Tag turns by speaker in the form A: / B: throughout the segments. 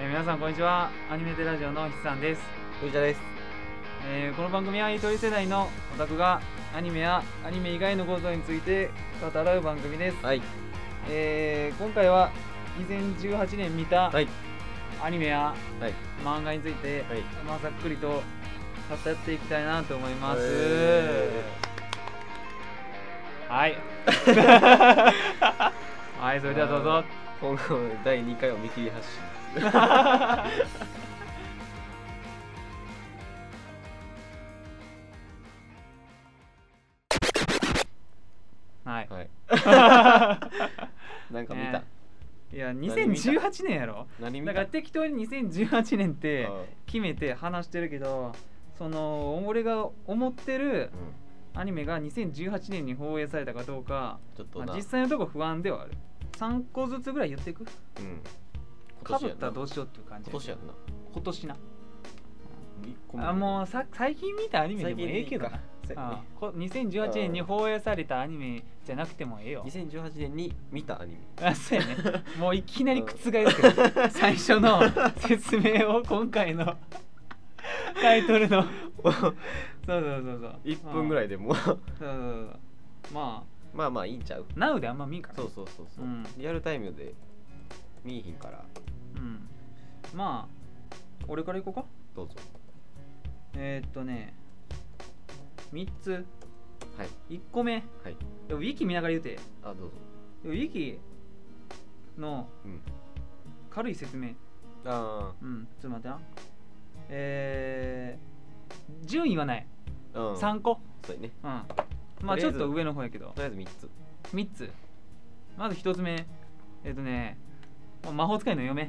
A: えー皆さんこんにちはアニメテラジオの筆さんです、
B: 藤田です。
A: えーこの番組はゆとり世代のオタクがアニメやアニメ以外のことについて語らう番組です、
B: はい。
A: えー今回は2018年見た
B: はい。
A: アニメや
B: はい。
A: 漫画について、
B: はい
A: まあ、ざっくりと語っていきたいなと思います、
B: え
A: はい はいそれではどうぞ
B: 今後の第2回を見切り発信。
A: はい
B: はい。 なんか見た
A: ね。いや
B: 見た
A: 2018年やろ
B: 何見
A: だ
B: た。
A: から適当に2018年って
B: うん
A: 決めて話してるけどその俺が思ってる
B: うん
A: アニメが2018年に放映されたかどうか、
B: ちょっと
A: ま
B: な。
A: あ、実際のとこ不安ではある3個ずつぐらい言っていく
B: うん。
A: かぶったらど
B: う
A: うしようっていう感じ
B: 今年やんな。
A: 今年な
B: 一個も
A: あもうさ最近見たアニメでもええけど
B: 最
A: な
B: 近
A: あこ2018年に放映されたアニメじゃなくてもええよ
B: 2018年に見たアニメ。
A: あそうやねもういきなり覆す けど最初の説明を今回のタイトルのそうそうそうそう
B: 1分ぐ
A: い
B: らいでもう
A: そうそうそうそうま
B: まあまあいいんちゃう。
A: あ Now であんま見んから
B: そうそうそうそう
A: うん。
B: リアルタイムで見えひんから
A: うんまあ俺からいこうか
B: どうぞ。
A: えー、っとね3つ
B: はい
A: 1個目
B: はい。
A: でもウィキ見ながら言うて
B: あどうぞ。
A: でもウィキの
B: うん。
A: 軽い説明
B: あ
A: うんちょっと待ってなえー、順位はない、
B: あ。うん。
A: 3個
B: そうやね。
A: うんまあ
B: とりあえず
A: ちょっと上の方やけど
B: とりあえず3つ。
A: 3つまず1つ目えっ、とねまあ魔法使いの嫁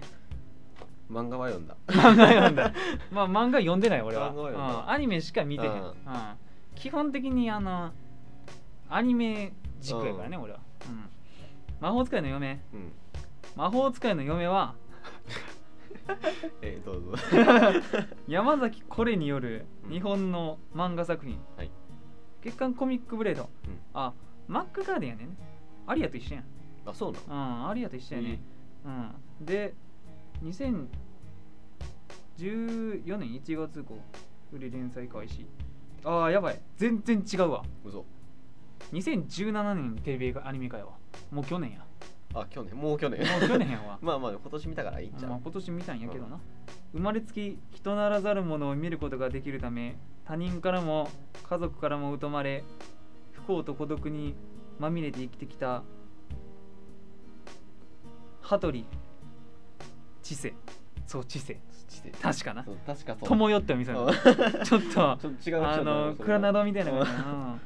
B: 漫画は読 んだ。
A: 漫画読んだまあ漫画読んでない俺は、
B: 漫画は
A: う
B: 読んだ
A: ん、アニメしか見てへん、
B: う
A: うんん基本的にあのアニメ軸やからね、俺は、うん、魔法使いの嫁
B: うん。
A: 魔法使いの嫁は
B: えー、どうぞ。
A: 山崎コレによる
B: うん
A: 日本の漫画作品、
B: はい
A: 月刊コミックブレード、
B: うん
A: あマックガーデンやねんねアリアと一緒やん
B: あ、そうなの
A: うんアリアと一緒やね、うんで2014年1月号売り連載開始ああやばい全然違うわ
B: 嘘。
A: 2017年にテレビアニメ化やわもう去年や
B: あ、去年、もう去年。
A: もう去年やわ
B: まあまあ、今年見たからいいんちゃう。
A: まあ、今年見たんやけどな、生まれつき人ならざる者を見ることができるため他人からも家族からも疎まれ不幸と孤独にまみれて生きてきた羽鳥知世そう知世
B: 知性
A: 確かな
B: そう確かそう。
A: 友よってお店の
B: うん
A: ちょっと
B: ちょっと違う
A: あのクラナ
B: ド。
A: ドみたいな感じだな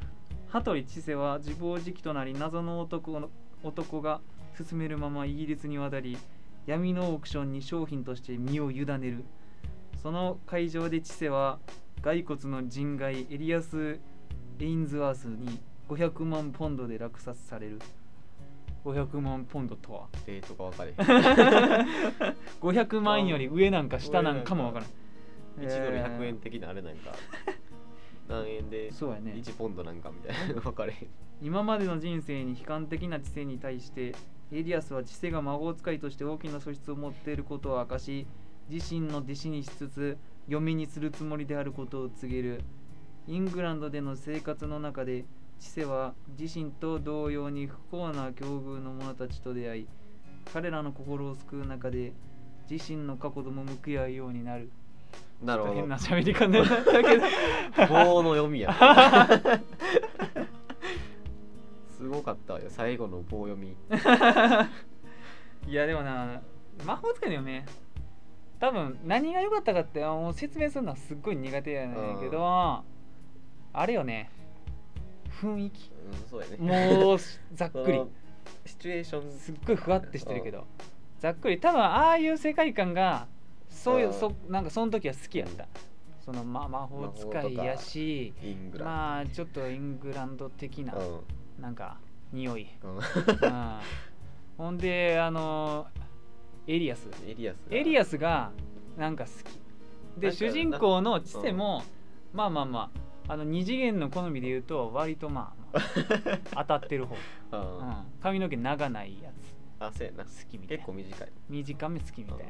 A: 羽鳥千世は自暴自棄となり謎の男の男が進めるままイギリスに渡り闇のオークションに商品として身を委ねるその会場で千世は骸骨の人外エリアス・エインズワースに500万ポンドで落札される500万ポンドとは
B: えーとかわ かれへん。1
A: 500万より上なんか下なんかも分からん
B: ドル100円的なあれなんか。何円で
A: えーそうやね
B: 1ポンドなんかみた いな。わかれへん。
A: 今までの人生に悲観的な知性に対してエリアスは知性が魔法使いとして大きな素質を持っていることを明かし自身の弟子にしつつ嫁にするつもりであることを告げるイングランドでの生活の中で知性は自身と同様に不幸な境遇の者たちと出会い彼らの心を救う中で自身の過去とも向き合うようになる
B: なるほど
A: 変。な喋り方になったけ ど
B: 棒の読 みや。すごかったよ。最後の棒読み。
A: いやでもな魔法使いだよね多分何が良かったかってあの説明するのはすっごい苦手やねんけど、
B: う
A: あれよね雰囲気
B: うん、そうやね。
A: もう ざっ
B: その
A: くり
B: シチュエーション
A: すっごいふわってしてるけどざっくり多分ああいう世界観がそういう
B: うん
A: そなんかその時は好きやったその、ま、魔
B: 魔
A: 法
B: 法
A: 使いやし
B: イングランド
A: まあちょっとイングランド的ななんか匂い、
B: うんうん
A: うんほんであのエリアス
B: エリアス
A: エリア
B: ス
A: スがなんか好き
B: な
A: で
B: んかな
A: 主人公の知世も、まあまあまああの二次元の好みで言うと割とまあ、ま あ当たってる方、う
B: あ
A: ん、髪の毛長ないや
B: あそうやな
A: つ好きみたい
B: 結
A: な
B: 構短い
A: 短め好きみたいな、うん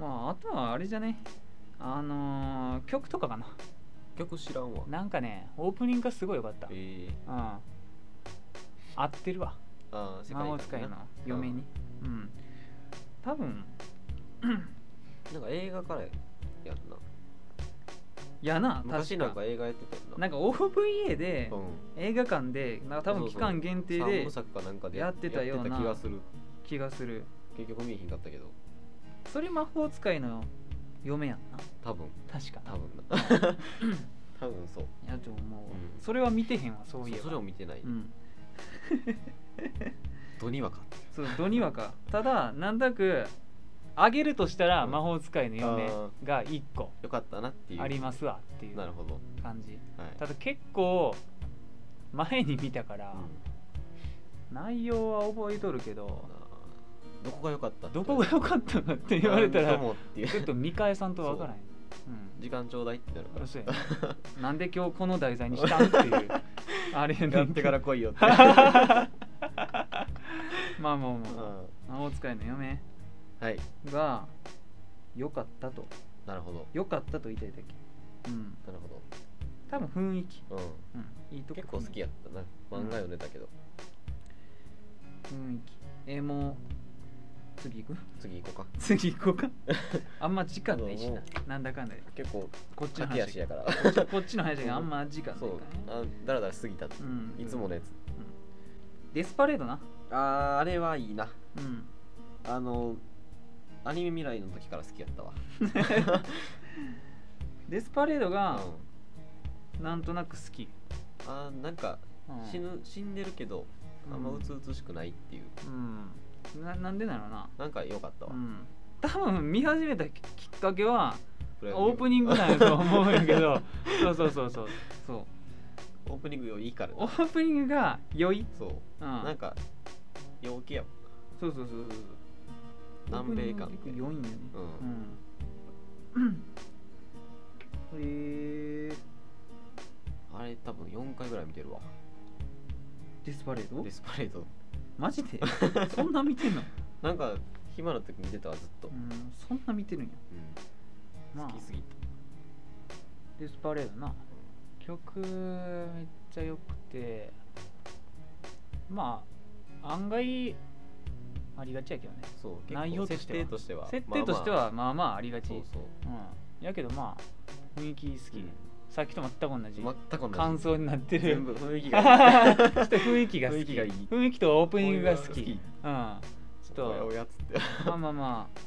A: まああとはあれじゃねあのー曲とかかな
B: 曲知らんわ
A: なんかねオープニングがすごい良かった、うん
B: ええ
A: 合ってるわ
B: ああ世界観
A: 魔法使いの嫁にうん、多分
B: なんか映画からやんな
A: いやな
B: 昔
A: 確
B: なんか
A: か
B: 映画やってたよな
A: なんか OVA で、
B: うん
A: 映画館でなんか多分期間限定
B: そうそう三
A: で
B: 部作かなんかで
A: やってたような
B: やって気がする
A: 気がする
B: 結局見えひんかったけど
A: それ魔法使いの嫁やんな
B: 多分
A: 確かな
B: 多分 な多分そう
A: やと思うわ、
B: うん
A: それは見てへんわそういえ
B: そ
A: ば
B: それを見てない
A: うん
B: ドニワカって
A: そうドニワかただなんとなくあげるとしたら
B: うん
A: 魔法使いの嫁
B: あー
A: が1個
B: よかったなっていう
A: ありますわっていう
B: なるほど
A: 感じ
B: はい
A: ただ結構前に見たから
B: うん
A: 内容は覚えとるけど
B: あーどこが良かった
A: どこが良かったかって言われた
B: なん
A: ら
B: ともっていう
A: ちょっと見返さんとわからないうん
B: 時間ちょうだいってなるから
A: そうやねなんで今日この題材にしたんっていうあれやねん
B: やっ
A: け
B: て
A: ど
B: から来いよって
A: まあまあま
B: うん
A: あ、魔法使いの嫁
B: はい
A: が良かったと
B: なるほど
A: 良かったと言いたいだけうん
B: なるほ
A: 多分雰囲気、
B: ど、うん、
A: うん、いいとこ
B: 結構好きやったな漫画読んでたけど、
A: 雰囲気えーもう次行く
B: 次行こうか
A: 次行こ うかあんま時間ないし
B: も
A: ななんだかんだで
B: 結構
A: こっちの
B: 駆け
A: 話
B: 足やから
A: こっちこっちの話があんま時間ないか
B: そ
A: ら
B: う
A: ね
B: あだらだら過ぎたって
A: うん
B: いつものやつ
A: デスパレードな
B: あーあれはいいな
A: うん
B: あのアニメ未来の時から好きやったわ
A: デスパレードが
B: うん
A: なんとなく好き、
B: あーなんか
A: うん
B: 死ぬ死んでるけどあんまうつうつしくないっていう
A: うんななんでなのな
B: なんか良かったわ
A: うん多分見始めたききっかけは
B: プロ野球
A: オープニングなんやと思うんやけ どそうそうそうそうそう
B: オープニングよりいいから
A: オ
B: な
A: ープニングが良い、
B: そう
A: うん、
B: なんか陽気やもん
A: そうそうそうそうそう
B: 南米感
A: オープニング結構良いんよねうん、えー、
B: あれ多分4回ぐらい見てるわ
A: デスパレード
B: デスパレード
A: マジでそんな見てんの、
B: なんか暇な時見てたわずっと、
A: うん、そんな見てるんや、
B: うん
A: まあ
B: 好きすぎた
A: デスパレードな曲めっちゃ良くてまあ案外ありがちやけどね
B: そう結構
A: 内容とし
B: 設
A: ては
B: 定としては
A: 設定としてはまあまあありが
B: まあまあ
A: ち、
B: そうそう
A: うん、やけどまあ雰囲気好き、
B: うん
A: さっきと全く同じ
B: 全く同じ
A: 感想になって
B: 全
A: る
B: 部雰囲 気
A: ちょ
B: が
A: っと雰囲気が好き
B: 雰囲気がいい
A: 雰囲気とオープニングが好
B: オープニ
A: き
B: ン
A: うんちょっ
B: おやお
A: と
B: やっつって
A: まあまあまあ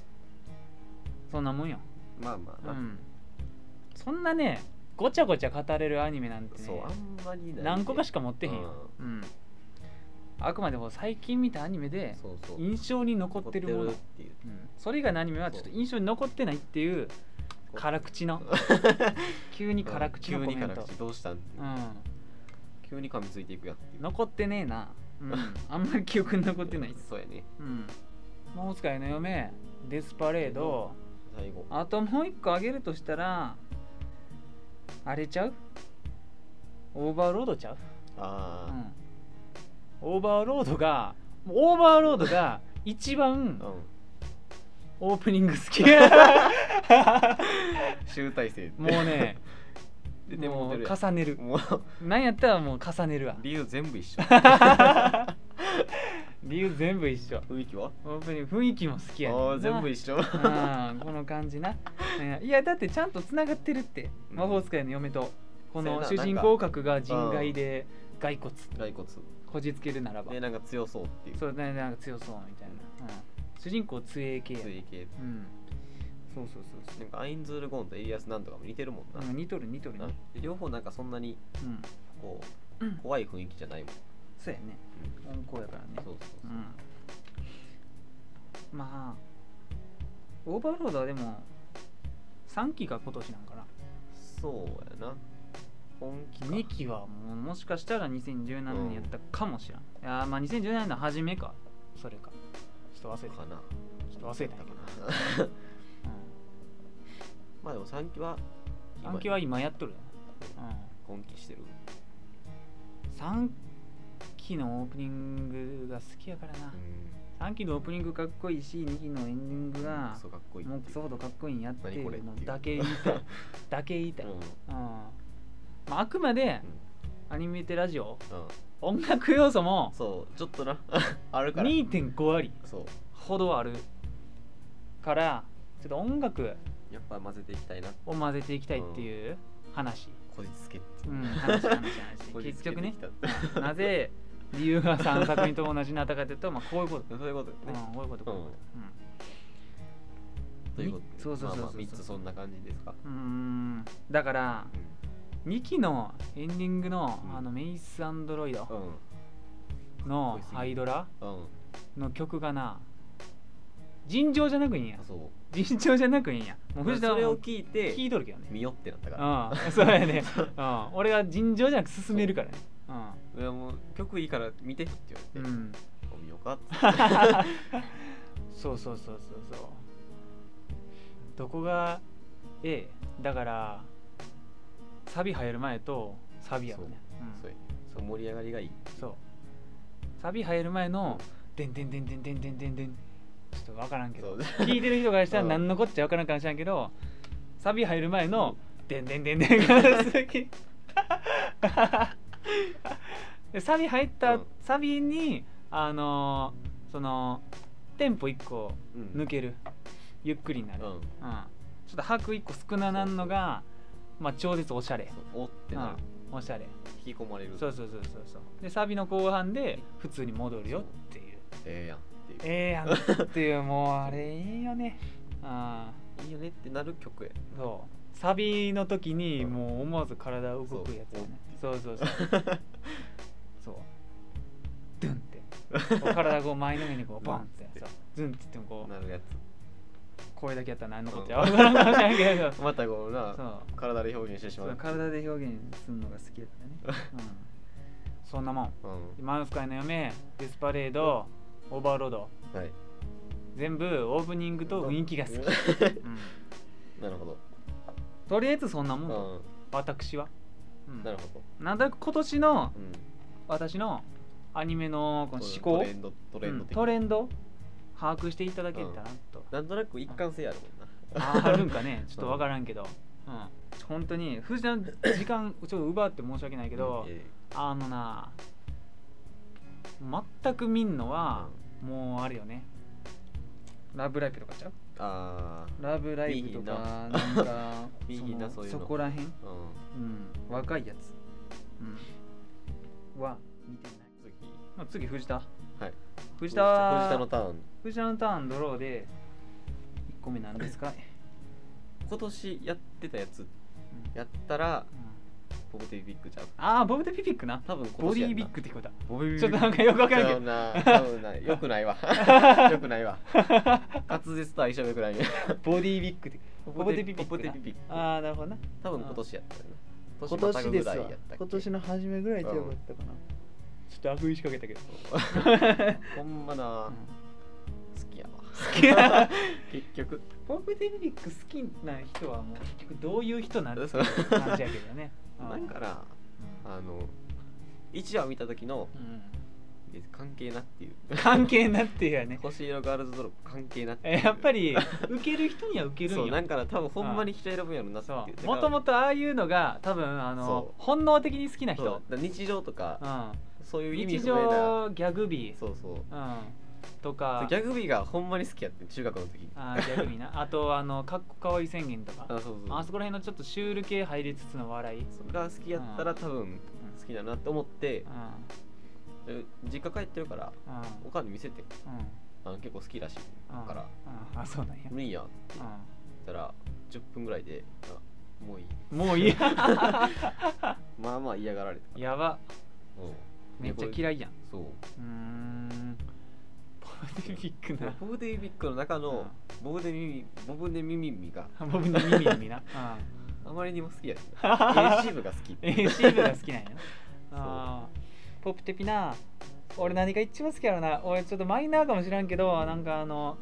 A: そんなもんよ、
B: まあまあ
A: う
B: まあ、
A: ん、そんなねごちゃごちゃ語れるアニメなんてね
B: そうあんまりない
A: 何個かし
B: か
A: か持ってへんよ、うんあくまでも最近見たアニメで
B: そうそう
A: 印象に残ってるもの
B: 残ってるって
A: う
B: いう
A: んそれ以外のアニメはちょっと印象に残ってないっていう辛口 の急に辛口のコメン
B: 急に
A: ト
B: 辛口どうしたん
A: うん
B: 急に噛みついていくやんっていう
A: 残ってねえな、 うん、あんまり記憶に残ってないです、
B: そうやね
A: うん、魔法使いの嫁デスパレード
B: 最後
A: あともう一個あげるとしたらあれちゃうオーバーロードちゃう
B: あ
A: オーバーロードがもうオーバーロードが一番
B: あうん
A: オープニング好 き
B: 集大成
A: もうね
B: 出ても
A: も
B: う
A: う
B: てるやん
A: 重ねる
B: もう
A: なんやったらもう重ねるわ
B: 理由全部一 緒
A: 理由全部一緒
B: 雰囲気は
A: オープニング雰囲気も好きやねん
B: あ
A: な
B: あ全部一緒
A: うんこの感じな、うんいやだってちゃんとつながってるって
B: うん
A: 魔法使いの嫁とこの
B: そう
A: 主
B: やな
A: 人公格が人外で骸骨
B: 骸骨
A: こじつけるならば
B: でなんか強そうっていう
A: そうねなんか強そうみたいな、うん、主人公強え系や
B: 強い系
A: うんそうそうそう
B: なんかアインズール・ゴーンとエリアス・なんとかも似てるもんな
A: そう、うん、似とる似とるね
B: なで両方なんかそんなに
A: うん
B: こう、
A: うん
B: 怖い雰囲気じゃないもん、
A: そうやね温厚やからね
B: そうそう
A: う
B: そう、
A: んまあオーバーロードはでも3期が今年なんかな
B: そうやな本気か
A: 2期はもうもしかしたら2017年やったかもしらん、いやーまあ2017年の初めかそれかちょっと忘れた
B: か
A: ち
B: な
A: ょっと忘れたんやけど、
B: まあでも3期は
A: うん、3期は今やっとるよ、
B: 今期してる
A: うん、3期のオープニングが好きやからな、
B: うん
A: 3期のオプニングかっこいいし2期のエンディングが
B: そうかっこいい、
A: もうクソほどかっこいいんやってい
B: 何これ
A: う
B: っ
A: の
B: ていう
A: だけ言いた いだけ言いたい、
B: うん
A: う
B: うんん
A: まあ、あくまでアニメテラジオ
B: うん
A: 音楽要素も
B: そうちょっとな あるから
A: 2.5割
B: そう
A: ほどあるからちょっと音楽
B: やっぱ混ぜていきたいな
A: を混ぜていきたいっていう話、
B: こじつけって
A: うん、話 話話
B: こじ
A: 結
B: つけ
A: 局
B: て
A: ね
B: きた
A: なぜ理由が3作品とも同じになったかというと、まあ、こういうこと、
B: そういうこと
A: うん
B: ね、
A: こういうことこういうこと、うん
B: ということで
A: そうそうそうそう
B: まあまあ三つそんな感じですか
A: うーんだから2期のエンディングの、
B: うん
A: あのメイスアンドロイド
B: うん
A: の
B: すごいすぎる
A: ハイドラ
B: うん
A: の曲がな尋常じゃなくいいんや
B: あそう
A: 尋常じゃなくいいんやもう藤田
B: そ
A: は
B: れ
A: も
B: を
A: う
B: 聞いて
A: 聞いとるけどね
B: 見よってなったから
A: うん そうやね、うん、俺は尋常じゃなく進めるからね
B: いやもう曲いいから見てって言わ
A: う
B: れ
A: ん、
B: て、
A: うん、
B: お見ようかっつって
A: そうそうそうそうそうどこがええだからサビ入る前とサビやもんねうん
B: そうやねそう盛り上がりがいい
A: そうサビ入る前の「でんでんでんでんでんでんでんでん」ちょっと分からんけ
B: そ
A: ど
B: う
A: 聞いてる人からしたら
B: うん
A: 何のこっちゃ分からんかもしれんけどサビ入る前の「でんでんでんでん」が好きでサビ入った、
B: うん
A: サビにあのーそのテンポ1個
B: うん
A: 抜けるゆっくりにな
B: う
A: る、
B: ん
A: うん
B: そう
A: ちょっと拍1個少ななんのがまあ超絶おしゃれ、
B: おってなる、
A: うん、おしゃれ
B: 引き込まれる
A: そうそうそうそうそうでサビの後半で普通に戻るよっていう
B: ええやんっていう
A: ええやんっていうもうあれいいよね あ
B: いいよねってなる曲や
A: あそうサビの時に
B: うん
A: もう思わず体動くやつやねそうそうそうそうドゥンってこう体こう前のめりにこうボンって
B: うん
A: そうズンって言ってもこう
B: なるや
A: 声だけやったら何のことや分からんかもしれんけ ど
B: つまたこうな
A: そう
B: 体で表現してし
A: そ
B: まう
A: う体で表現するのが好きだったね、 うん、そんなもん
B: うん
A: マウス界の嫁デスパレードオーバーロード
B: はい
A: 全部オープニングと雰囲気が好き、
B: き
A: うん
B: なるほ
A: とりあえずそんなもん、
B: ど
A: 私は、う
B: うん
A: ん
B: なるほど
A: なんだか今年の
B: うん
A: 私のアニメのこの思
B: ト
A: 考
B: レンドトレンド
A: うん
B: 的
A: トレンド把握していただけたらなと、
B: なんとなく一貫性あるもんな
A: ああるんか ねちょっと分からんけど、うん、本当に藤田の時間ちょっと奪って申し訳ないけど、
B: うんえ
A: あのな全く見んの
B: え
A: は、もうあるよねラブライブとかちゃう
B: あ
A: ラブライブとかなんか
B: いいなそういう
A: そ
B: の
A: こらへん、
B: ーうん
A: うん、若いやつ、うん、は見てない、
B: 次
A: まあ、次藤田
B: はい
A: 藤田
B: 藤田のターン
A: 藤田のターンドローで1個目なんですか、
B: 今年やってたやつ
A: うん
B: やったら
A: うん
B: ボブティビッグじゃん
A: ああボブ・デ・ピピックな
B: 多分今
A: ボ
B: 年
A: デ
B: やん
A: ィ
B: な
A: ビッグってことだ
B: ボビ
A: ちょっとなんかよくわからんけど
B: な多分なよくない わよくないわ滑舌と相性よくないね
A: ボディビッグってボブ・デ・ピピッ
B: ボ
A: ク
B: ブテ
A: な
B: ィビッグ
A: ああなるほどな
B: 多分今年やったよね
A: 今
B: また
A: 年
B: ぐ
A: です
B: らい
A: わ
B: やったっけ
A: 今年の初めぐらいちゃよかったかな、ちょっとアフしかけたけど、
B: ほんまな 好きやわ
A: 好きや
B: 結 局
A: ボブ・デ・ピピック好きな人はもう結局どういう人なんだって
B: そう
A: 感じやけどね
B: なんかな
A: う
B: あの一話見た時の
A: んうん
B: 別に関係なっていう
A: 関係なっていうやね
B: 星色ガールズドロップ関係なっていう
A: えやっぱり受ける人には受ける
B: そ
A: ん
B: うな
A: よ
B: んかな多分ほんまに人選ぶんやろなっていう
A: もとも
B: と
A: とああいうのが多分あの
B: そ
A: 本能的に好きな人、
B: 日常と
A: う
B: か
A: ん、
B: そういう意味
A: 日
B: 不明な
A: 常ギャグビー、
B: そうそう
A: うん、とか
B: ギャグビーがほんまに好きやって中学の時に
A: あーギャグビー なあとあのかっこかわいい宣言とか
B: あそうそう
A: あそこら辺のちょっとシュール系入りつつの笑い、うん、
B: それが好きやったら多分好きだなって思ってで実家帰ってるから
A: うんうん
B: おかんに見せてあの結構好きらしい
A: うん
B: から
A: うんあそうなんや、
B: 無理やって言
A: う
B: ったら10分ぐらいであもういい
A: ん、もういいや
B: まあまあ嫌がられた
A: やば
B: うん
A: めっちゃ
B: い
A: 嫌いやん
B: そう
A: うーんポテビックな
B: ボブ・デイビックの中のボブ・デ・ミミボブ・デ・ミミミが
A: 僕の耳耳な、うん
B: あまりにも好きやね
A: AC
B: シーブが好き
A: AC 部が好きなんやなあーポップテピな俺何が一番好きやろな俺ちょっとマイナーかもしらんけどなんかあの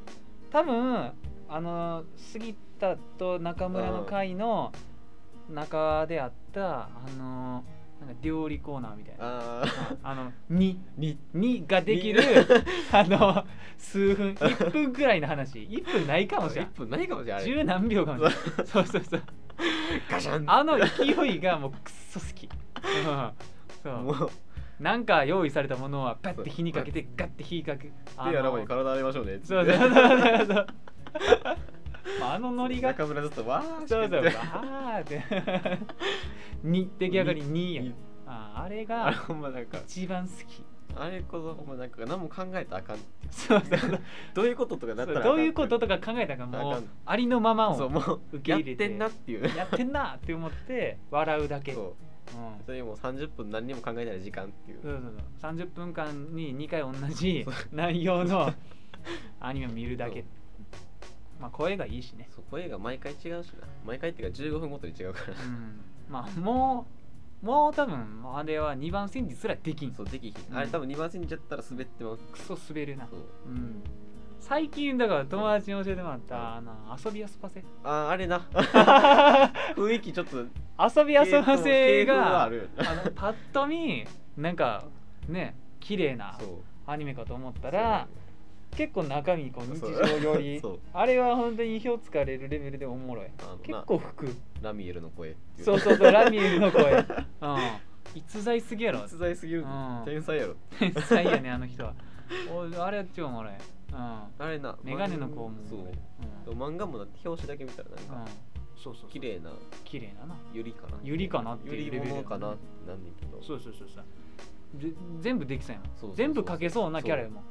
A: 多分あの杉田と中村の会の中であったあのなんか料理コーナーみたいな
B: ああ
A: あの2
B: に
A: にができる あの数分1分くらいの 話1分ないかもしれん
B: 1分ないかもしれないあ
A: 十
B: れ
A: 何秒かもしれないそうそうそう
B: ガシャン
A: あの勢いがもうくっそ好き、うん、そう
B: もう
A: なんか用意されたものはガッて火にかけてガッて火かけあ
B: 手洗う前
A: の
B: に体洗いましょうねっつって
A: そうそうそうそうそう まああのノリが
B: 中村ずっとわーし
A: そうそう
B: て
A: あーって に出来上がり2や
B: に
A: あーあれ
B: あれ
A: が
B: ほんまなんか
A: 一番好 き
B: あれこそほんまなんか何も考えたらあかん
A: そうそうそう
B: どういうこととかなったらあか
A: ど
B: ん
A: ういうこととか考えたか
B: あ
A: も
B: か
A: うんありのまま
B: そう
A: を
B: もう
A: 受け
B: やっ
A: 入れて
B: てんなっていう
A: やってんなって思って笑うだけ
B: そう
A: うん
B: それもう30分何にも考えない時間っていう
A: そうそうそう30分間に2回同じ内容 のアニメを見るだけ
B: そ
A: まあ声がいいしね、
B: そう声が毎回違うしな毎回っていうか15分ごとに違うから
A: うん、まあもうもう多分あれは2番戦時すらできん
B: そうできひ
A: うん
B: んあれ多分2番線にちゃったら滑ってます
A: クソ滑るな
B: そう
A: うん最近だから友達に教えてもらったあの遊び遊ばせ
B: あーあ れな雰囲気ちょっと
A: 遊び遊ばせ
B: 系統は
A: が
B: あるよね
A: あのパッと見なんかね綺麗な
B: そう
A: アニメかと思ったら結構中身こう日
B: そう
A: 常より
B: そう
A: あれは本当に意表つかれるレベルでおもろい
B: あの
A: 結
B: な
A: 構服
B: ラミエルの声ってい
A: そうそうそうラミエルの 声うん逸材すぎやろ
B: 逸材すぎる
A: うん
B: 天才やろ
A: 天才やねあの人はおあれは超おもろいうん
B: あれな
A: メガネの子も
B: そう
A: う
B: で
A: ん
B: も漫画もだって表紙だけ見たらなん
A: うん
B: か
A: そうそうそう
B: 綺麗な
A: 綺麗だな
B: ユリかな
A: ユリかなっていうレベ
B: ユ
A: ル
B: リものかなってなんねんけど
A: そうそうそうそうぜ全部できそうやもん
B: そうそうそう
A: 全部かけそうなキャラやもん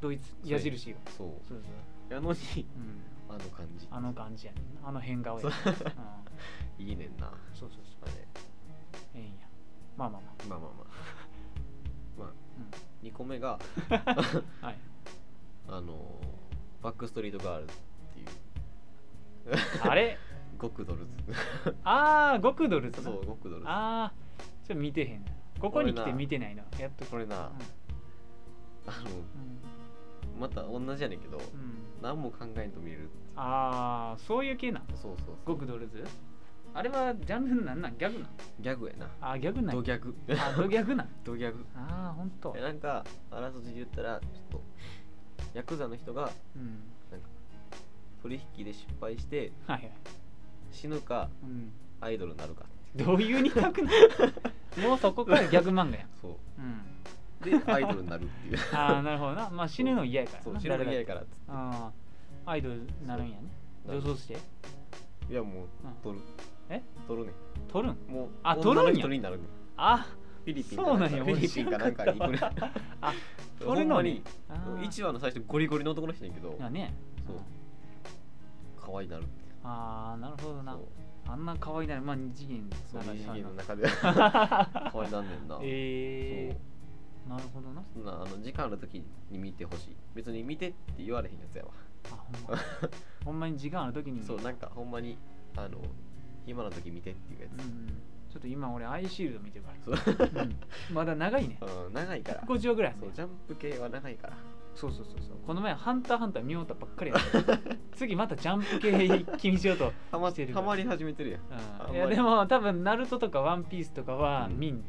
A: ドイツ
B: そう
A: 矢印が
B: そう
A: そうそう
B: やのに
A: うん
B: あの感じ
A: あの感じやねんなあの変顔や
B: そ
A: ね
B: うん
A: うん
B: いいねんな
A: そうそうそう
B: あれ
A: ええんやまあまあま
B: まあ まあまあまあ
A: あ
B: 2個目が
A: うん はい
B: あのーバックストリートガールズっていう
A: あれ
B: 極ドルズ
A: ああ極ドルとな
B: そう極ドルズ
A: ああちょっと見てへんなここに来て見てないなやっと
B: これなあの
A: うん
B: また同じやねんけど
A: うんうん
B: 何も考えんと見れる
A: ああそういう系な
B: そうそうそう
A: 極ドルズあれはジャンルなんなんギャグなん
B: ギャグやな
A: あーギャグなん
B: ド
A: や
B: ギャグ
A: あドギャグ なん
B: ドギャグ
A: ああほんと
B: えなんかあらすじで言ったらちょっとヤクザの人が
A: うん
B: 取引で失敗して
A: はいはい、
B: 死ぬか
A: うん、
B: アイドルになるか
A: どういう二択 なのもうそこからギャグ漫画やん、
B: そ
A: うん、
B: うでアイドルになるって いう
A: ああなるほどなまあ死ぬの嫌やからな
B: そう死ぬの嫌
A: 誰
B: や
A: だって
B: からっつって
A: ああアイドルになるんやね
B: そう
A: 女装して
B: いやもう
A: うん
B: 取る
A: え
B: 取るね
A: 撮るん
B: もう
A: あ取
B: 女の
A: るんや
B: 人になるね
A: あ
B: フィリピンか
A: そう
B: な
A: なんん
B: か
A: や
B: フィリピンかなんかに行くね
A: 俺知らんかったあ
B: ほ
A: 取る
B: ん
A: の
B: ま
A: に
B: に
A: あー
B: 1話の最初ゴリゴリの男の人やけど
A: やね
B: そう可愛いなる
A: ああなるほどな
B: そう
A: あんな可愛いならまあ二次元
B: そう
A: なんか
B: 二
A: 知
B: 次
A: らん
B: 元の
A: な
B: 中で 可愛いなんねんな
A: えー、なるほどな
B: そんなあの時間ある時に見てほしい別に見てって言われへんやつやわ
A: あほんまほんまに時間ある時に
B: そうなんかほんまにあの暇な時見てっていうや
A: うんうんちょっと今俺アイシールド見てるか
B: つそう
A: ら、うん、まだ長いね
B: うん長いから
A: 150話ぐらいあん
B: そ
A: ね
B: うんジャンプ系は長いから
A: そうそうそうそうこの前「ハンターハンター」見ようとばっかりやった 次またジャンプ系気にしようと、
B: ハマ
A: してる
B: ハマり始めてるやん
A: うん、
B: ま
A: い
B: り
A: やでも多分ナルトとかワンピースとかは
B: うん
A: 見ん、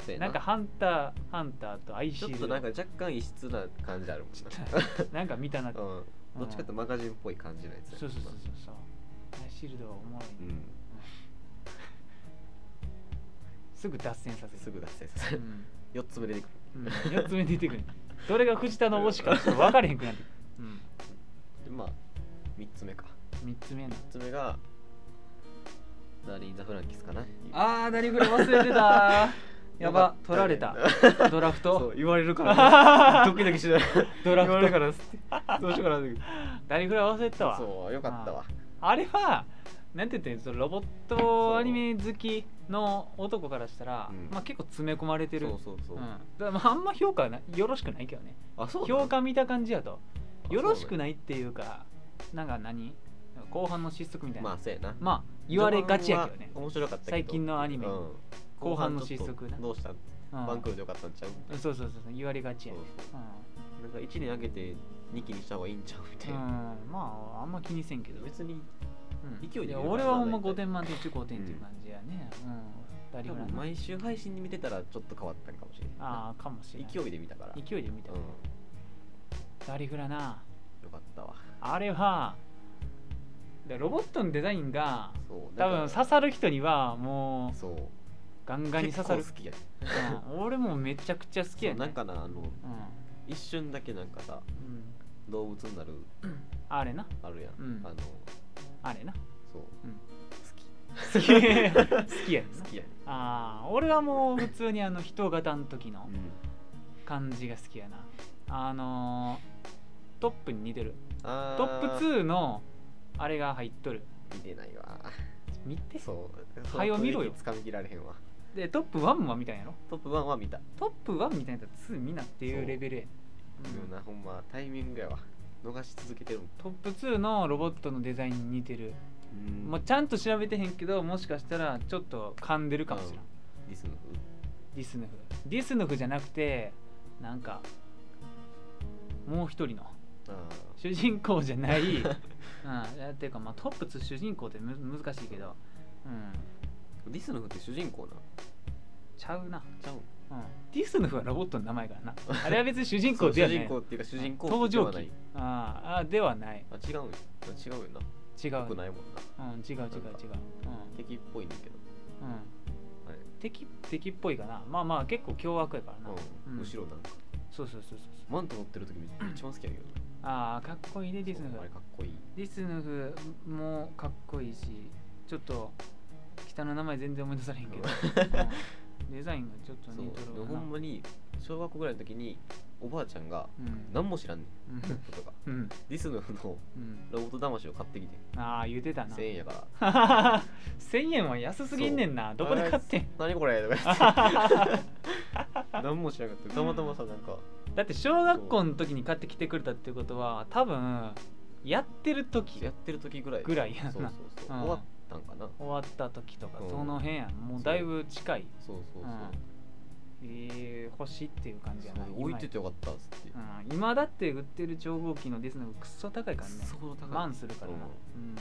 B: そうや
A: なんかハンターハンターとアイ
B: ち
A: シ
B: ょっ
A: ール
B: と
A: ド
B: なんか若干異質な感じあるもん
A: なんか見たなって、
B: なうんどっちかってマガジンっぽい感じのやつや
A: そうそうそうそうそうアイシールドはおもろい、
B: う
A: ね
B: ん
A: すぐ脱線させる
B: すぐ脱線
A: う
B: さ
A: ん、
B: 4つ目出てく
A: うん、4つ目出てくるどれが藤田の推しかちょっと分かれへんくなってくる、
B: るでまあ3つ目か
A: うん、3つ目な
B: 3つ目がダーリン・ザ・フランキスかなっていう
A: あーダリフレ忘 れてたーやば取られたドラフ
B: そ
A: ト
B: う言われるか らドキドキしない
A: ドラ
B: 言われる
A: フ
B: か
A: ト
B: らっつってどうしようかなって
A: ダリフレ忘れてたわ
B: そうよかったわ
A: あれはなんて言ってんのそのロボットアニメ好きの男からしたら、
B: うん
A: まあ、結構詰め込まれてる
B: そうそうそう、
A: うんだからまああんま評価はなよろしくないけどね
B: あそうなの
A: 評価見た感じやと
B: あ
A: よろしく
B: そ
A: ないっていうかなんか何後半の失速みた
B: う
A: い
B: なの
A: な、
B: まあそうやな
A: まあ言われがちやけどね
B: 序盤は、面白かったけど
A: 最近のアニメ
B: うん
A: 後半の失速な
B: どうしたん
A: うん
B: バンクールでよかったんちゃう
A: そうそうそうそう言われがちやね
B: そう
A: うん
B: なんか1年上げて2期にした方がいいんちゃうみた
A: う
B: い
A: ん
B: な、
A: まああんま気にせんけど、
B: 別に
A: うん
B: 勢いで
A: いや
B: 言うから
A: 俺はほんま
B: 大体
A: 5点満点中5点っていう感じやね、うん2人
B: 多
A: ぐらい
B: 分
A: の
B: 毎週配信で見てたらちょっと変わったんかもしれない
A: ああかもしれない
B: 勢いで見たから
A: 勢いで見た
B: うん、よ
A: ダリフラな
B: かったわ
A: あれはでロボットのデザインが
B: そう
A: 多
B: だから
A: 分刺さる人にはもう
B: そう
A: ガンガンに刺さる
B: 結構好きやね
A: うん俺もめちゃくちゃ好きや
B: そ
A: ね
B: うなんかなあの
A: うん
B: 一瞬だけなんかさ
A: うん
B: 動物になる
A: あれな
B: あるやん、
A: うん
B: あの
A: あ れな
B: そう、
A: うん
B: 好
A: 好き好きやねんな
B: き好きやね、
A: あー俺はもう普通にあの人型の時の
B: うん、
A: 感じが好きやなあのー、トップに似てる
B: あ
A: トップ2のあれが入っとる
B: 2見てない わ
A: 見て
B: そう
A: はよ見ろよ
B: つかみきられへんわ
A: でトップ1も見たんやろ
B: トップ1は見た、
A: トップ1みたいなやつ2見なっていうレベルやね
B: でも
A: うん
B: なほんまタイミングやわ逃し続けてるもん、
A: トップ2のロボットのデザインに似てる、
B: うん
A: もうちゃんと調べてへんけどもしかしたらちょっと噛んでるかもしれん、
B: うんリスの
A: ディスヌフディスヌフじゃなくてなんかもう一人の
B: 風あ
A: 主人公じゃない、うん、いやっていうかまあトップ2主人公ってむ難しいけど、うん、
B: ーリスの風って主人公な
A: ちゃうな、
B: ちゃうん
A: うん、ディスヌフはロボットの名前からなあれは別に主人公ではな
B: そ
A: い
B: う主人公っていうか主人公
A: 登
B: で
A: 場
B: はない
A: 機ああではない
B: あ違うんよ違うよな
A: 違う、
B: よくないもんな
A: うん、違う違う違う、うん
B: 敵っぽいねんだけど、
A: うん、
B: あれ
A: 敵敵っぽいかなまあまあ結構凶悪やからな、
B: う
A: う
B: ん
A: ん
B: 後ろなんか
A: そうそうそうそう
B: マント持ってる時一番好きやけどな
A: ああかっこいいねディスヌ
B: そう
A: フ
B: あれかっこいい
A: リスヌフもかっこいいしちょっと北の名前全然思い出されへんけど、うんデザインがちょっと
B: そう
A: 似と
B: で
A: る
B: ほ
A: わなうん
B: まに小学校ぐらいの時におばあちゃんが
A: ん
B: 何も知ら んねん
A: うん
B: ことが
A: うん
B: リスのの
A: うん
B: ロボット魂を買ってきて
A: ああ言うてたな
B: 1000円やから
A: 1000円は安すぎんねんなどこで買ってん
B: 「何これ」とか言って何も知らなかったたまたまさなんか
A: だって小学校の時に買ってきてくれたってことは多分やってる時終
B: やってる時ぐらい
A: ぐらいやな
B: そうそうそう
A: うん
B: 終わったんかな
A: わった時とか
B: うん
A: その辺やんもうだいぶ近い
B: そうそう
A: うんえー、欲しいっていう感じやな
B: そう置いててよかったっつって
A: うん、今だって売ってる超合金のディスのクソ高いからね
B: そう高い
A: 万するからな、
B: うん
A: うん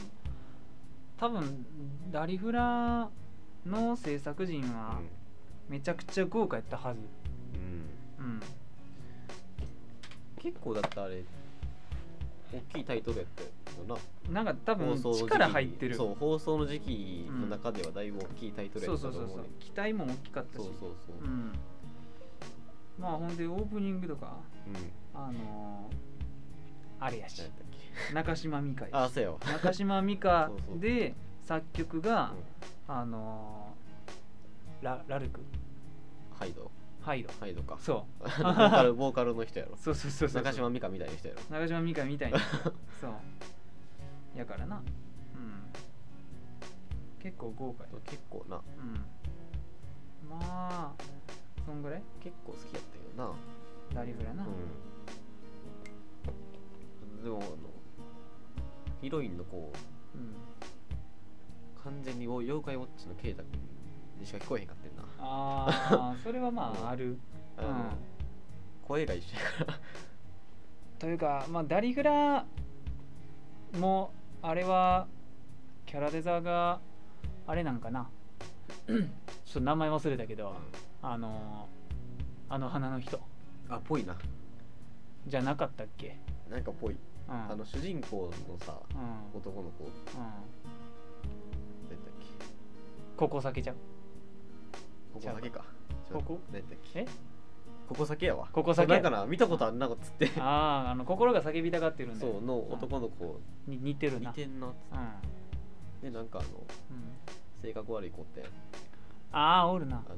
A: 多分ダリフラの制作陣はめちゃくちゃ豪華やったはず、
B: うんうん
A: うん、
B: 結構だってあれ大きいタイトルやったよな
A: なんか多分
B: の時期に
A: 力入ってる
B: そう放送の時期の中ではだいぶ大きいタイトルや
A: そう
B: った
A: そ
B: と
A: う
B: 思
A: そうう
B: ね
A: そう期待も大きかったし
B: そうそうそう
A: う、ん、まあほんでオープニングとか
B: うん
A: あのーあれやし
B: 何やったっけ
A: 中島美嘉やし
B: ああそうやわ
A: 中島美嘉
B: そうそう
A: で作曲が
B: うん
A: あのーララルク
B: ハイド
A: ハイド
B: ハイドか
A: そ
B: ボ ーカルボーカルの人やろ
A: うそうそうそうそう
B: 中島美嘉みたいな人やろ
A: 中島美嘉みたい なそうやからなうん結構豪華や
B: 結構な
A: うんまあそんぐらい
B: 結構好きやったけどな
A: ダリフラな、
B: うんでもあのヒロインのこう
A: うん
B: 完全にお妖怪ウォッチの圭太君にしか聞こえへんかってんな
A: ああそれはまあある
B: あの
A: うん
B: 声が一緒やから
A: というかまあダリフラもあれはキャラデザがあれなんか なちょっと名前忘れたけどあのーあの花の人
B: あぽいな
A: じゃなかったっけ
B: なんかぽい
A: うん
B: あの主人公のさ
A: うんうん、
B: 男の子何やったっけ
A: ここ避けちゃう
B: ここ酒
A: ち
B: か
A: ゃうか
B: ちょ
A: ここ
B: 何やったっけ
A: え
B: ここ酒やわ
A: ここ酒
B: なんかな見たことあんなことつって
A: あああの心が叫びたがってるんだよ
B: そうの男の子
A: に似てる
B: 似
A: な
B: てんなっつっ
A: うんうん、
B: てでなんかあの性格悪い子って
A: ああおるな
B: あの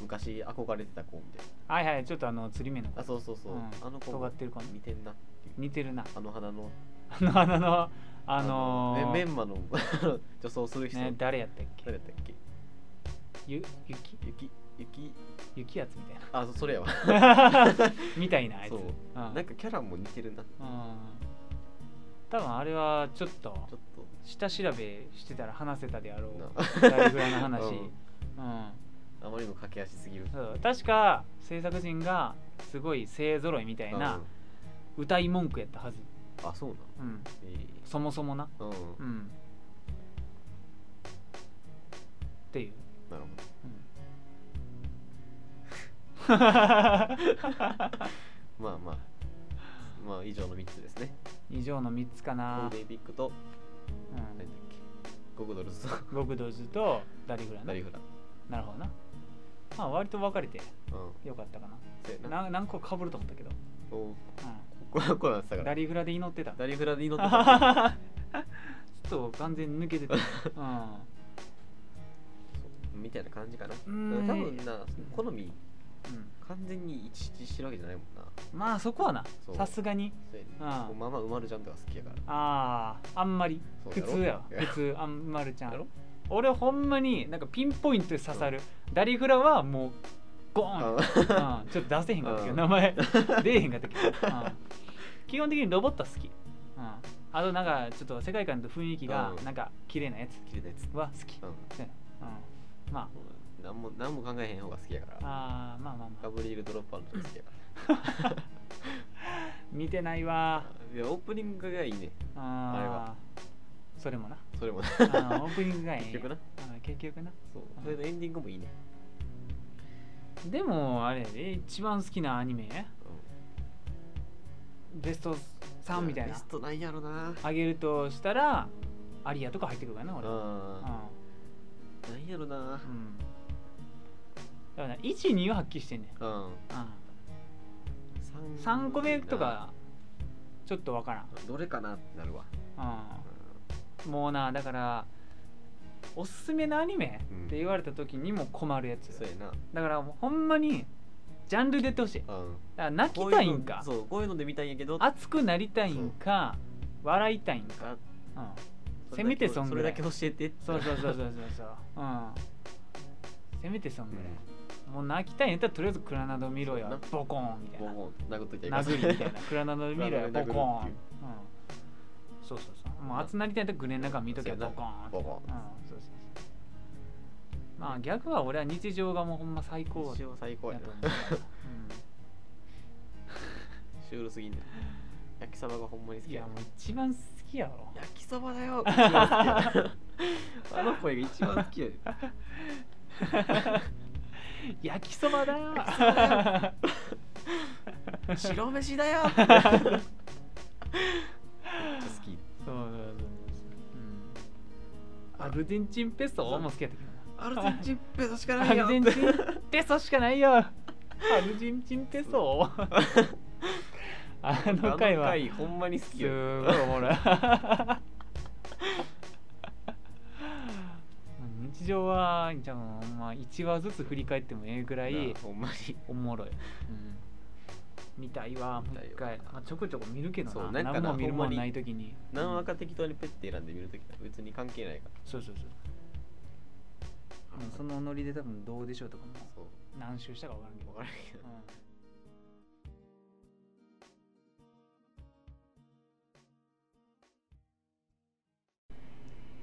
B: 昔憧れてた子みたい
A: はいはいちょっとあの釣り目の
B: なあそうそうそう、
A: うん
B: あの子
A: 尖ってる子ね
B: 似てんなっていう
A: 似てるな
B: あの花の
A: あの花のあのー
B: メメンマの 女装する人、
A: ね、誰やったっけ
B: 誰やったっけ
A: ゆ雪
B: 雪雪
A: 雪やつみたいな
B: あそそれやわ
A: みたいなあいつ
B: そう
A: うん
B: なんかキャラも似てるな
A: うん多分あれはちょっと
B: ちょっと
A: 下調べしてたら話せたであろ
B: な
A: うだいぶらいの話、
B: う
A: うんん
B: あまりにも駆け足すぎる
A: そう確か制作陣がすごい勢ぞろいみたいな歌い文句やったはず、
B: うんあそうなの
A: うん、
B: え
A: そもそもな、
B: ーうん
A: うん、っていう、
B: なるほど まあまあまあ以上の3つですね
A: うん、以上の3つか
B: ゴー
A: な
B: ル、デンビックと何だっけゴグドルズと
A: うん、ゴグドズとダリフラ
B: ダ
A: な
B: リフラ
A: なるほどなまあ割と分かれて
B: うん
A: よかったかな
B: そうやな
A: な何個かぶると思ったけど、
B: お
A: う
B: こ ここうなってた
A: ん、
B: から
A: ダリフラで祈ってた
B: ダリフラで祈っ
A: ち
B: て た
A: ょっと完全に抜け てた、
B: みたいな感じかな多
A: うん、うん
B: 分な好み
A: うん
B: 完全に一致してるわけじゃないもんな
A: まあそこはな
B: そう
A: さすがに
B: そうやね
A: うん
B: もうまあまあ埋まるジャンとか好きやから
A: あああんまり
B: そう
A: 普
B: やろ
A: 通やわ
B: やろ
A: 普通あんまるちゃ
B: や
A: ん
B: ろ
A: 俺ほんまになんかピンポイントで刺さる、ダリフラはもうゴーン、うん、ち
B: あ
A: ょっと出せへんかったけど
B: うん
A: 名前出えへんかったけど、うん基本的にロボットは好き、うん、あとなんかちょっと世界観と雰囲気が
B: うん
A: なんか綺麗なやつ
B: 綺麗なやつ
A: は好き、
B: うん
A: そうやなうん、まあ
B: 何も何も考えへん方が好きやから
A: あーまあまあま
B: ガブリエル・ドロッパーの人好きやか
A: あ見てないわ
B: らいやオープニングがいいね
A: あ
B: あれは
A: ーそれ もな
B: それも
A: あーオープニングがいい
B: 結局な
A: 結局な
B: そうそれのエンディングもいいね
A: でもあれやで一番好きなアニメ
B: うん
A: ベスト3みたい
B: ベ
A: な
B: ストないやろな
A: あげるとしたらアリアとか入ってくるからな俺
B: あーなんやろな
A: うん、うん、だから12を発揮してんねん、
B: うん
A: う
B: 三
A: ん、3個目とかちょっとわからん
B: どれかなってなるわ
A: うん、もうなだからおすすめのアニメ
B: うん
A: って言われた時にも困るやつ、
B: そうやな
A: だからもうほんまにジャンルで言ってほしいだか
B: うん
A: ら泣
B: こ
A: き
B: う
A: た
B: いう
A: い
B: の
A: んか
B: そうこういうので見たいんやけど
A: 熱くなりたいんか笑いたいんか、
B: あ
A: うん、
B: そ
A: せ
B: れだけ
A: めてそんぐらい
B: それだけ教えてって
A: そうそうそうそうそうそううんせめてそんぐらい、もう泣きたいんやったらとりあえずクラナド見ろ
B: そう
A: よ
B: やな
A: ボコーンみたい
B: ボン
A: な
B: ボン殴っといて
A: 殴りみたいなクラナド見ろよ
B: クラ
A: ボ
B: ナドで殴るっていう
A: コーン、うん、そうそうそうもう熱なりたいんやったらグレンなんか見とけよ
B: そう
A: ボ
B: やな
A: コーン
B: ボコ
A: うんそうそうそうまあ逆は俺は日常がもうほんま最高
B: 一応最高や
A: やと
B: な
A: 思う
B: シュールすぎんねん焼きそばがほんまに
A: うん、い
B: 好きや
A: やもう一番好きやろ
B: 焼きそばだよ一番好きやあの声が一番好きやで
A: 焼きそばだよ
B: 白飯だよめっちゃ
A: そ
B: 好き
A: うそうそうそううんアルゼンチンペソも好きやったけどな
B: アルゼンチンペソしかな
A: ア
B: いよ
A: ルゼンチンペソしかないよアルゼンチンペソあの回は
B: あのほんまに好きよ
A: すごいおもろい日常はじゃあもうほんま1話ずつ振り返ってもええぐらい
B: なほんまに
A: おもろい、見たいわもう
B: 見たいわ
A: 一回、まあ、ちょこちょこ見るけど
B: そう
A: な
B: なんかな
A: 何も見る
B: ほんま
A: もん
B: に
A: ない時に
B: 何話か適当にペッて選んでみるとき別に関係ないから
A: そうそうそうもうそのノリで多分どうでしょうとかも
B: そう
A: 何周したか分からんけど
B: 分、からんけど
A: うん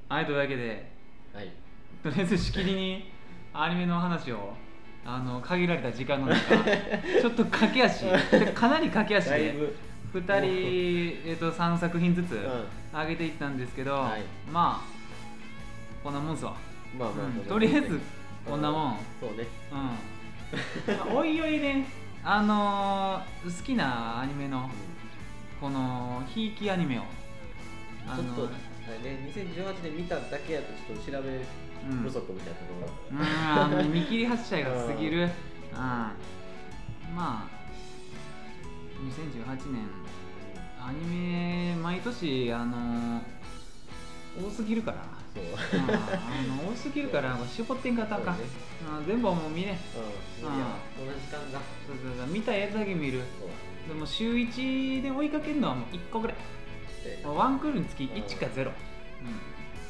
A: はいというわけで
B: はい
A: とりあえずしきりにアニメの話をあの限られた時間の 中ちょっと駆け足かなり駆け足
B: だい
A: で
B: ぶ
A: 2人、えっと3作品ずつ上げていったんですけど、
B: はい
A: まあこんなもんっすわ、
B: まあまあ、
A: うんとりあえずこんなもん、
B: そうね
A: うんおいおいねあのー好きなアニメのこのひいきアニメをあ
B: ちょ
A: の
B: っ
A: ー
B: と、はいね、2018年見ただけやとちょっと調べ
A: うん
B: 不足みたいなところが、
A: うーんあの見切り発車が過ぎ る、うん、まあ2018年アニメ毎年あの多すぎるから
B: そう
A: うんあ の多すぎるから絞ってんかったんか、
B: そうね
A: うん全部はもう見ね
B: うんいやこの時間が
A: そうそうそう見たやつだけ見る
B: そう
A: でも週1で追いかけるのはもう1個ぐらい
B: で終わ
A: ワンクールにつき
B: うん
A: 1か0、うん、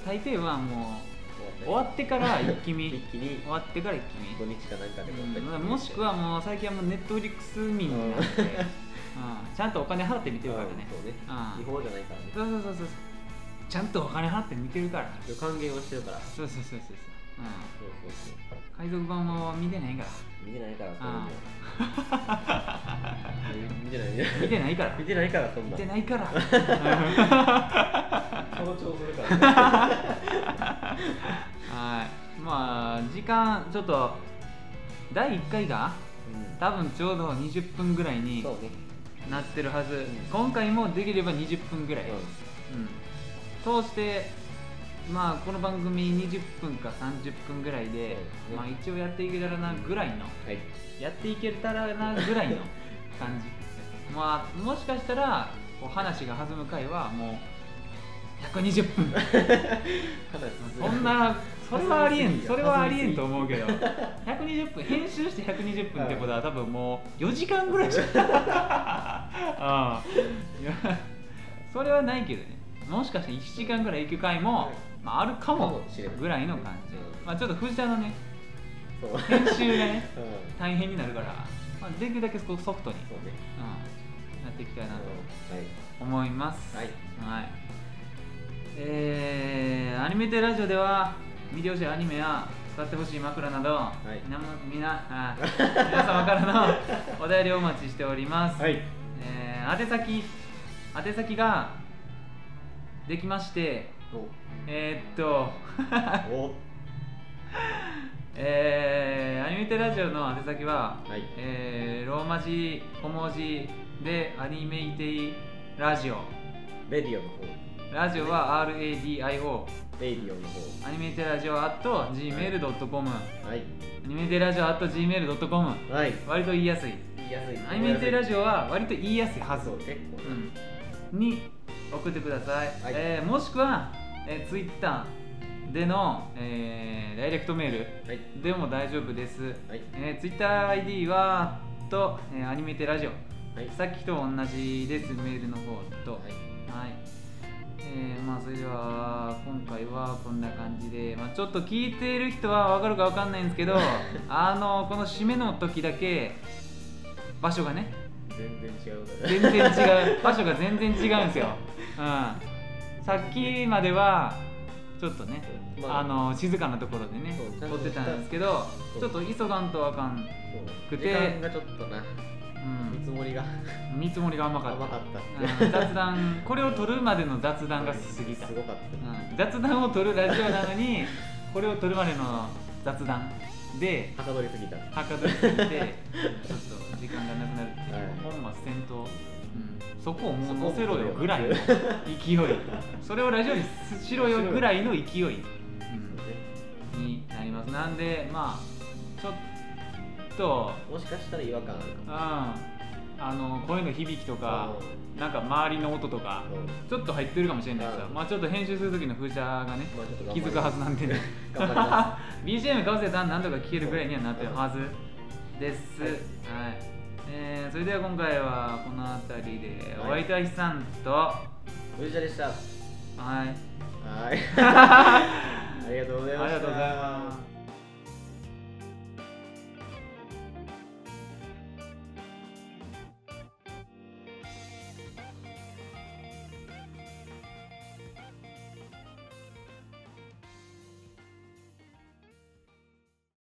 A: 大抵はもう終わ
B: っ
A: ってから一気
B: て
A: 見
B: 一気に
A: 終わってから一気見
B: 土日かなんかで
A: うん
B: も
A: まあもしくはもう最近はもうネットフリックス民になって、うん
B: う
A: ん、ちゃんとお金払って見てるからね
B: うん、そうね
A: うん
B: 違法じゃないからね
A: そうそうそうそうちゃんとお金払って見てるから
B: 一応還元をしてるからそう
A: そうそうそうそうそう、
B: そうそ
A: うん、
B: う
A: 海賊版は見てないから
B: 見てないからそん
A: あ
B: なの見てない見てな
A: 見てな
B: い
A: いから
B: 見てないからそん
A: 見
B: な
A: て
B: い
A: ないから
B: 強調するからね
A: はいまあ間ちょっと第1回が多分ちょうど20分ぐらい
B: うん
A: に
B: そうね
A: なってるはず、
B: ん
A: 今回もできれば20分ぐらい、うん通してまあこの番組20分か30分ぐらいで、
B: うん
A: まあ一応やっていけたらなぐらいの
B: はい
A: やっていけたらなぐらい の感じまあもしかしたらこう話が弾む回はもう120分そんなそれはありえんそれはありえんと思うけ ど120分編集して120分ってことは多分もう4時間ぐらいしかうんいやそれはないけどねもしかして1時間ぐらい行く回も、まあ、あるか
B: か
A: も
B: もしれない
A: ぐらいの感じ、
B: うん
A: まあ、ちょっと藤田のね
B: そう
A: 編集が ね
B: うん
A: 大変になるから、まあ、できるだけこうソフトに、
B: そうね
A: うん、なっていきたいなと
B: は
A: 思います
B: はい、
A: はいえーアニメテラジオでは見てほしいアニメや使ってほしい枕など、
B: い
A: みなもみな あ皆様からのお便りをお待ちしております、
B: いはい
A: えー宛先宛先ができましてえーっと
B: おお
A: えーアニメテラジオの宛先は、
B: はい
A: えーローマ字小文字でアニメイテイラジオ
B: レディオの方
A: ラジオは RADIO
B: レディオの方
A: アニメテラジオ at gmail.com
B: はい
A: アニメテラジオ at gmail.com
B: はい
A: 割と言いやすい
B: 言いやすい
A: アニメテラ
B: ジ
A: ジオは割と言いやすいはず、
B: そう結構
A: うん、に送ってください、
B: はい
A: えーもしくは、えー、Twitter での、えーダイレクトメール
B: はい
A: でも大丈夫です、
B: はい
A: えー、TwitterID はと、えーアニメテラジオ、
B: はい
A: さっきと同じですメールの方とは
B: はい
A: い、えーまあそれでは今回はこんな感じで、まあ、ちょっと聞いている人は分かるか分かんないんです けどあのこの締めの時だけ場所がね
B: 全然違うから
A: 全然 違う場所が全然違うんですよ、うん、さっきまではちょっとね、
B: まあ
A: あの静かなところでね
B: そうちゃん
A: 撮
B: と
A: ってたんですけど
B: そう
A: ちょっと急がんとあかん、
B: そう
A: く
B: 時
A: て
B: 間がちょっとな見積
A: う
B: もりが
A: ん、見積もりが甘か
B: 甘
A: っ
B: かった
A: た、うん、雑談これを撮るまでの雑談がすぎた、う
B: す
A: ん
B: ごかった、
A: 雑談を撮るラジオなのにこれを撮るまでの雑談で
B: はかどりすぎた
A: はかどりすぎてちょっと時間がなくなるっていう
B: はい
A: 本末転倒うんそこを
B: そ
A: も
B: こを
A: う載せろよぐらいの勢いそれをラジオにしろよぐらい の勢い、うんになりますなんでまあちょっと
B: もしかしたら違和感あるか
A: うん
B: も
A: あの声の響きとかなんか周りの音とか
B: うん
A: ちょっと入ってるかもしれないですよ
B: うん
A: まあちょっと編集する時の風車がね
B: まあちょっと頑張
A: 気
B: り
A: づくはずなんでね
B: 頑張りま
A: BGM かぶせたらなんとか聴けるぐらいにはなってるはずです
B: はい
A: はい、えーそれでは今回はこの辺りでお相手はひさんとは
B: 藤田 でしたはいーいありがとうございました
A: ありがとうございます